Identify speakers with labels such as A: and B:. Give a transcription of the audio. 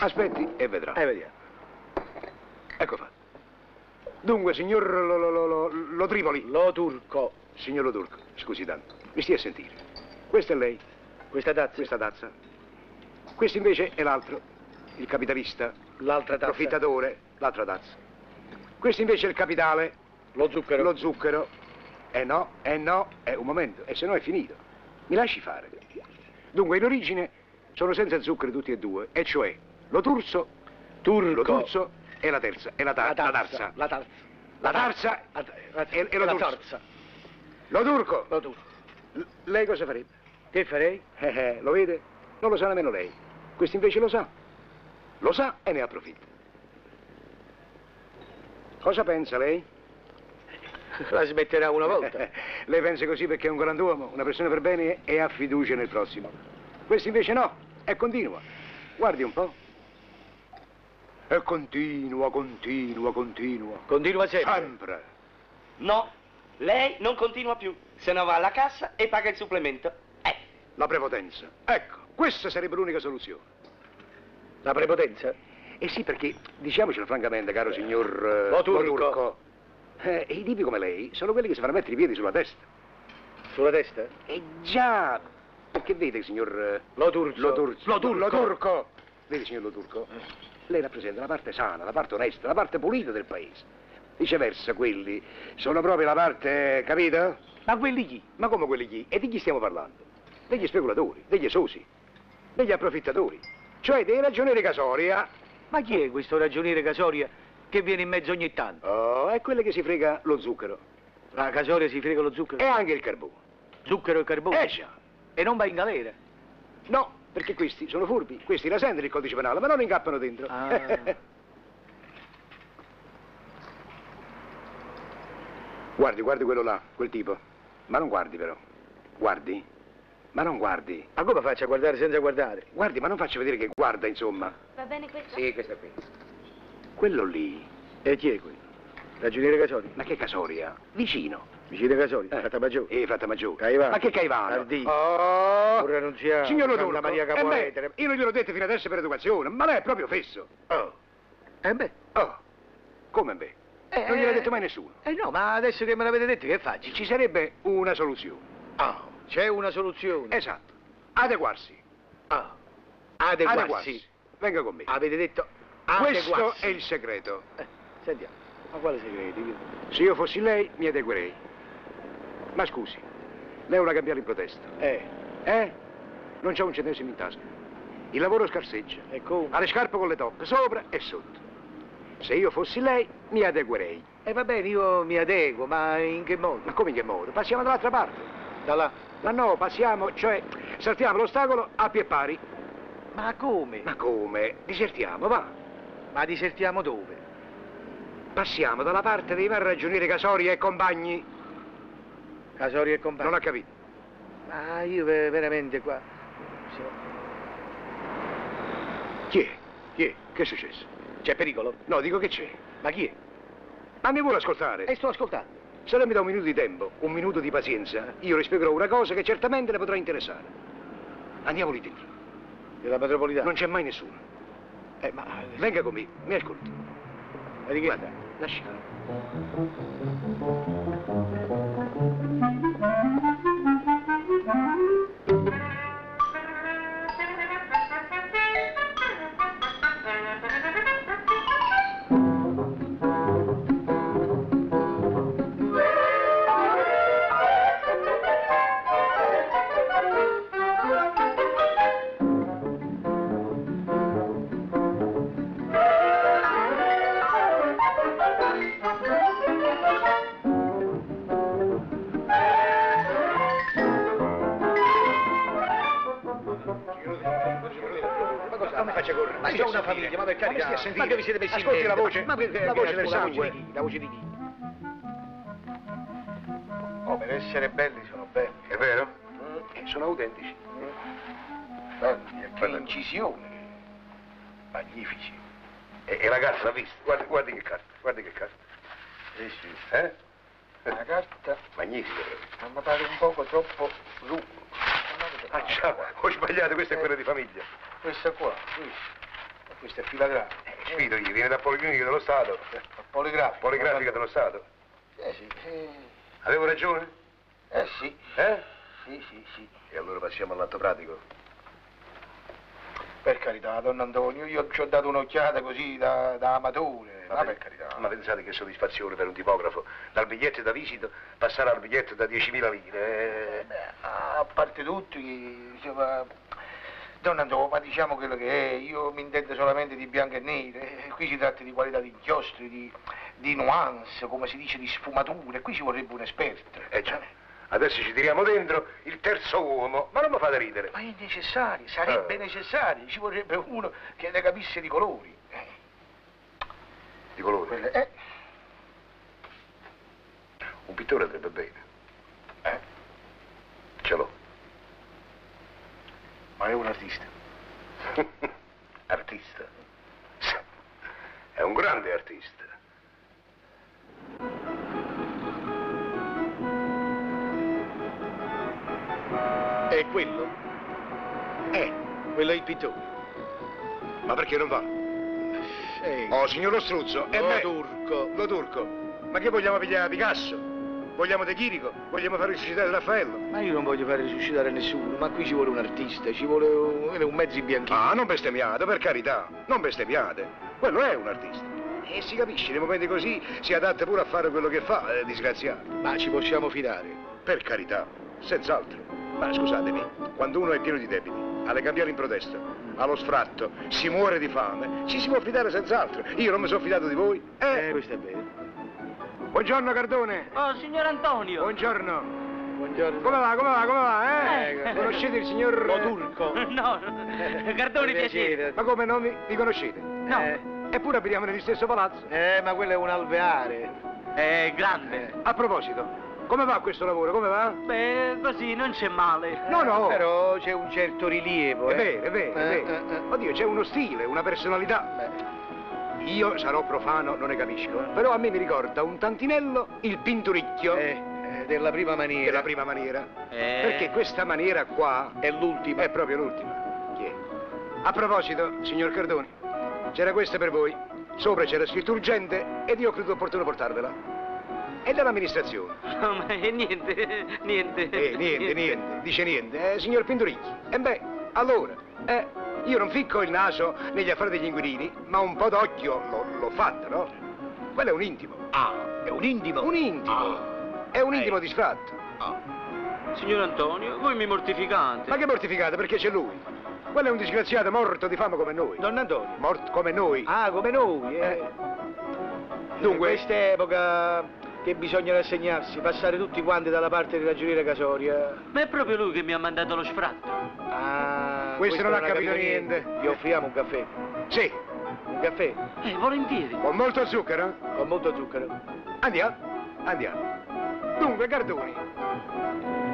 A: Aspetti e vedrà.
B: E vediamo.
A: Ecco fatto. Dunque, signor lo, lo, lo, lo, lo Trivoli,
B: Lo turco.
A: signor Lo Turco, scusi tanto, mi stia a sentire. Questa è lei,
B: Questa tazza.
A: questa tazza. Questo invece è l'altro, il capitalista,
B: L'altra tazza.
A: profittatore, l'altra tazza. Questo invece è il capitale,
B: Lo zucchero.
A: lo zucchero. Eh no, eh no, è un momento, e se no è finito. Mi lasci fare. Dunque, in origine sono senza zucchero tutti e due, e cioè lo turso,
B: turco.
A: lo turso e la terza, e la, ta-
B: La
A: la
B: tazza.
A: tarza.
B: La tarza.
A: La tarza
B: La tarza.
A: e- e lo
B: la
A: turco.
B: tarza.
A: Lo turco!
B: Lo turco.
A: L- lei cosa farebbe?
B: Che farei?
A: Eh, eh, lo vede? Non lo sa nemmeno lei. Questo invece lo sa. Lo sa e ne approfitta. Cosa pensa lei?
B: La smetterà una volta.
A: lei pensa così perché è un grand'uomo, una persona per bene e ha fiducia nel prossimo. Questo invece no, è continua. Guardi un po'. È continua, continua, continua.
B: Continua
A: Eh,
B: sempre.
A: Sempre.
C: No, lei non continua più, se no va alla cassa e paga il supplemento. Eh,
A: La prepotenza. Ecco, questa sarebbe l'unica soluzione.
B: La prepotenza?
A: Eh sì, perché diciamocelo francamente, caro signor eh,
B: Lo turco.
A: eh, i tipi come lei sono quelli che si fanno mettere i piedi sulla testa.
B: Sulla testa?
A: Eh già, perché vede, signor eh,
B: Lo turco.
A: Lo Turco.
B: Lo turco. Eh.
A: Lo Turco. Vede, signor Lo Turco, lei rappresenta la parte sana, la parte onesta, la parte pulita del paese. Viceversa, quelli sono proprio la parte, capito?
B: Ma quelli chi?
A: Ma come quelli chi? E di chi stiamo parlando? Degli speculatori, degli esosi, degli approfittatori, cioè dei ragionieri casoria.
B: Ma chi è questo ragioniere Casoria che viene in mezzo ogni tanto?
A: Oh, è quelle che si frega lo zucchero.
B: La Casoria si frega lo zucchero.
A: E anche il carbone.
B: Zucchero e carbone.
A: Eh già.
B: E non va in galera.
A: No, perché questi sono furbi. Questi la sentono il codice penale, ma non incappano dentro.
B: Ah.
A: guardi, guardi quello là, quel tipo. Ma non guardi però. Guardi. Ma non guardi.
B: Ma come faccio a guardare senza guardare?
A: Guardi, ma non faccia vedere che guarda, insomma.
D: Va bene questo?
C: sì, questa qui.
A: Quello lì.
B: E chi è quello? Ragioniere Casoria.
A: Ma che casoria. Vicino.
B: Vicino Casoria.
A: Eh.
B: Fatta maggiore.
A: E Fratta Maggiore.
B: Caivano.
A: Ma che Caivano?
B: Arditi.
A: Oh.
B: Pur renunciare.
A: Signor
B: Santa
A: Lodurco,
B: Maria
A: eh beh,
B: Capoetere.
A: io non gliel'ho detto fino adesso per educazione, ma lei è proprio fesso. Oh.
B: Eh beh.
A: Oh. Come beh?
B: Eh,
A: non gliel'ha
B: eh.
A: detto mai nessuno.
B: Eh no, ma adesso che me l'avete detto che faccio?
A: Ci sarebbe una soluzione.
B: Ah, c'è una soluzione.
A: Esatto. Adeguarsi.
B: Ah, adeguarsi.
A: Venga con me.
B: Avete detto adeguarsi.
A: Questo è il segreto.
B: Eh, sentiamo, ma quale segreto? Io-
A: Se io fossi lei, mi adeguerei. Ma scusi, lei è una cambiare in protesta.
B: Eh,
A: Eh? Non c'è un centesimo in tasca. Il lavoro scarseggia.
B: e come?
A: Ha le scarpe con le toppe, sopra e sotto. Se io fossi lei, mi adeguerei.
B: Eh va bene, io mi adeguo, ma in che
A: Ma
B: modo?
A: come in che modo? Passiamo dall'altra parte.
B: Da là.
A: Ma no, passiamo, cioè, saltiamo l'ostacolo a pie pari.
B: Ma come? Ma,
A: Ma come? Disertiamo, va.
B: disertiamo dove?
A: Passiamo dalla parte dei vari ragionieri Casori e compagni.
B: Casoria e compagni.
A: Non ha capito.
B: Ma io ve- veramente qua... Sì.
A: Chi è?
B: Chi è?
A: Che è successo?
B: C'è pericolo?
A: No, dico che c'è.
B: Ma chi è?
A: Ma mi vuole ascoltare?
B: E sto ascoltando.
A: Se lei mi dà un minuto di tempo, un minuto di pazienza, io le spiegherò una cosa che certamente le potrà interessare. Andiamo lì dentro.
B: Della metropolitana.
A: Non c'è mai nessuno.
B: Eh, ma...
A: Venga con me, mi ascolti.
B: Ma di che
A: Guarda,
B: sta?
A: lascialo. Ma cosa? Come faccio a correre?
B: Ma c'è una famiglia, ma per carità.
A: Ma,
B: Ma che vi siete messi in
A: Ascolti la
B: testa?
A: voce.
B: Ma perché-
A: la voce del
B: la voce
A: sangue.
B: di chi?
A: La voce di chi?
B: Oh, per essere belli sono belli.
A: È vero?
E: Eh,
A: sono autentici.
E: Belli, e
A: Che
E: bella-
A: incisione.
E: magnifici. E, e la carta l'ha vista? Guarda, guardi che carta, guardi che carta.
B: Sì, sì.
E: Eh?
B: La carta
E: Magnifica.
B: ma mi pare un poco troppo lunga.
E: Ah, già, ho sbagliato, Ah, questa è quella di famiglia.
B: Questa qua, sì.
E: Questa è filagrafica. Sfido io, Eh, viene da Policlinica dello Stato. Poligrafica. Poligrafica dello Stato.
D: Eh sì, eh,
E: Avevo ragione?
D: eh sì,
E: Eh?
D: sì, sì, sì.
E: E allora passiamo all'atto pratico.
D: Per carità, don Antonio, io ci ho dato un'occhiata così da, da amatore. Ma, per carità.
E: Ma pensate che soddisfazione per un tipografo. Dal biglietto da visita passare al biglietto da 10.000 lire.
D: Eh,
E: eh.
D: beh, a parte tutto, eh, insomma, don Antonio, ma diciamo quello che è, io mi intendo solamente di bianco e nero, eh, qui si tratta di qualità di inchiostri, di, di nuance, come si dice, di sfumature, qui ci vorrebbe un esperto.
E: Eh già. Adesso ci tiriamo dentro il terzo uomo. Ma non mi fate ridere.
D: Ma è necessario, sarebbe
E: Eh.
D: necessario, ci vorrebbe uno che ne capisse di colori. Eh,
E: Di colore.
D: quelle- eh,
E: Un pittore andrebbe bene.
D: eh,
E: Ce l'ho.
D: ma è un artista.
E: Artista. Sì. È un grande artista.
B: E quello? Eh, quello è il pittore.
A: Ma perché non va?
B: Sì.
A: Oh, signor Lo Struzzo,
E: eh,
A: e
B: eh. Lo
A: me?
B: turco.
A: Lo turco. Ma che vogliamo pigliare Picasso? Vogliamo De Chirico? Vogliamo far risuscitare Raffaello?
B: Ma io non voglio far risuscitare nessuno, ma qui ci vuole un artista, ci vuole un, un mezzo in bianchino.
A: Ah, non bestemmiate, per carità, non bestemmiate. Quello è un artista. E si capisce, nei momenti così si adatta pure a fare quello che fa, eh, disgraziato.
B: Ma ci possiamo fidare.
A: Per carità, senz'altro. Ma scusatemi, quando uno è pieno di debiti, alle cambiali in protesta, allo sfratto, si muore di fame, ci si può fidare senz'altro. Io non mi sono fidato di voi.
B: Eh,
A: Eh,
B: questo è vero.
A: buongiorno Cardone.
F: Oh, signor Antonio!
A: Buongiorno.
B: Buongiorno.
A: Come va, come va, come va, eh?
F: Eh.
A: Conoscete il signor...
B: Lo turco.
F: No, Gardoni piacere.
A: Ma come, non vi, vi conoscete?
F: No.
B: Eh,
A: Eppure abitiamo nello stesso palazzo.
B: eh, ma quello è un alveare.
F: Eh, grande.
A: A proposito, come va questo lavoro, come va?
F: Beh, così non c'è male.
A: No, no.
B: Però c'è un certo rilievo.
A: È
B: Eh.
A: vero, è vero, è
B: Eh,
A: vero.
B: eh, eh.
A: Oddio, c'è uno stile, una personalità. Io sarò profano, non ne capisco. Però a me mi ricorda un tantinello il pinturicchio.
B: Eh, eh, della prima maniera.
A: È la prima maniera.
F: Eh.
A: Perché questa maniera qua
B: È l'ultima.
A: è proprio l'ultima. Chi è? A proposito, signor Cardoni, c'era questa per voi. Sopra c'era scritto urgente ed io ho creduto opportuno portarvela. È dall'amministrazione.
F: Insomma, eh, niente, niente.
A: Eh, niente, niente, dice niente, eh, signor Pinturicchi. E beh, allora, eh, io non ficco il naso negli affari degli inquilini, ma un po' d'occhio l'ho, l'ho fatto, no? Quello è un intimo. Ah, è un intimo? Un intimo. È un intimo di sfratto.
F: Ah. Eh. Signor Antonio, voi mi mortificate.
A: Ma che mortificate, perché c'è lui. Quello è un disgraziato morto di fame come noi.
B: Don Antonio.
A: Morto come noi.
B: Ah, come noi, eh.
A: Dunque-
B: Dunque, questa epoca che bisogna rassegnarsi, passare tutti quanti dalla parte della giuria Casoria.
F: Ma è proprio lui che mi ha mandato lo sfratto.
B: Ah,
A: Questo non ha capito niente.
B: Vi offriamo un caffè.
A: Sì,
B: Un caffè
F: Eh, volentieri.
A: con molto zucchero.
B: con molto zucchero.
A: Andiamo, andiamo. Dunque, Cardoni,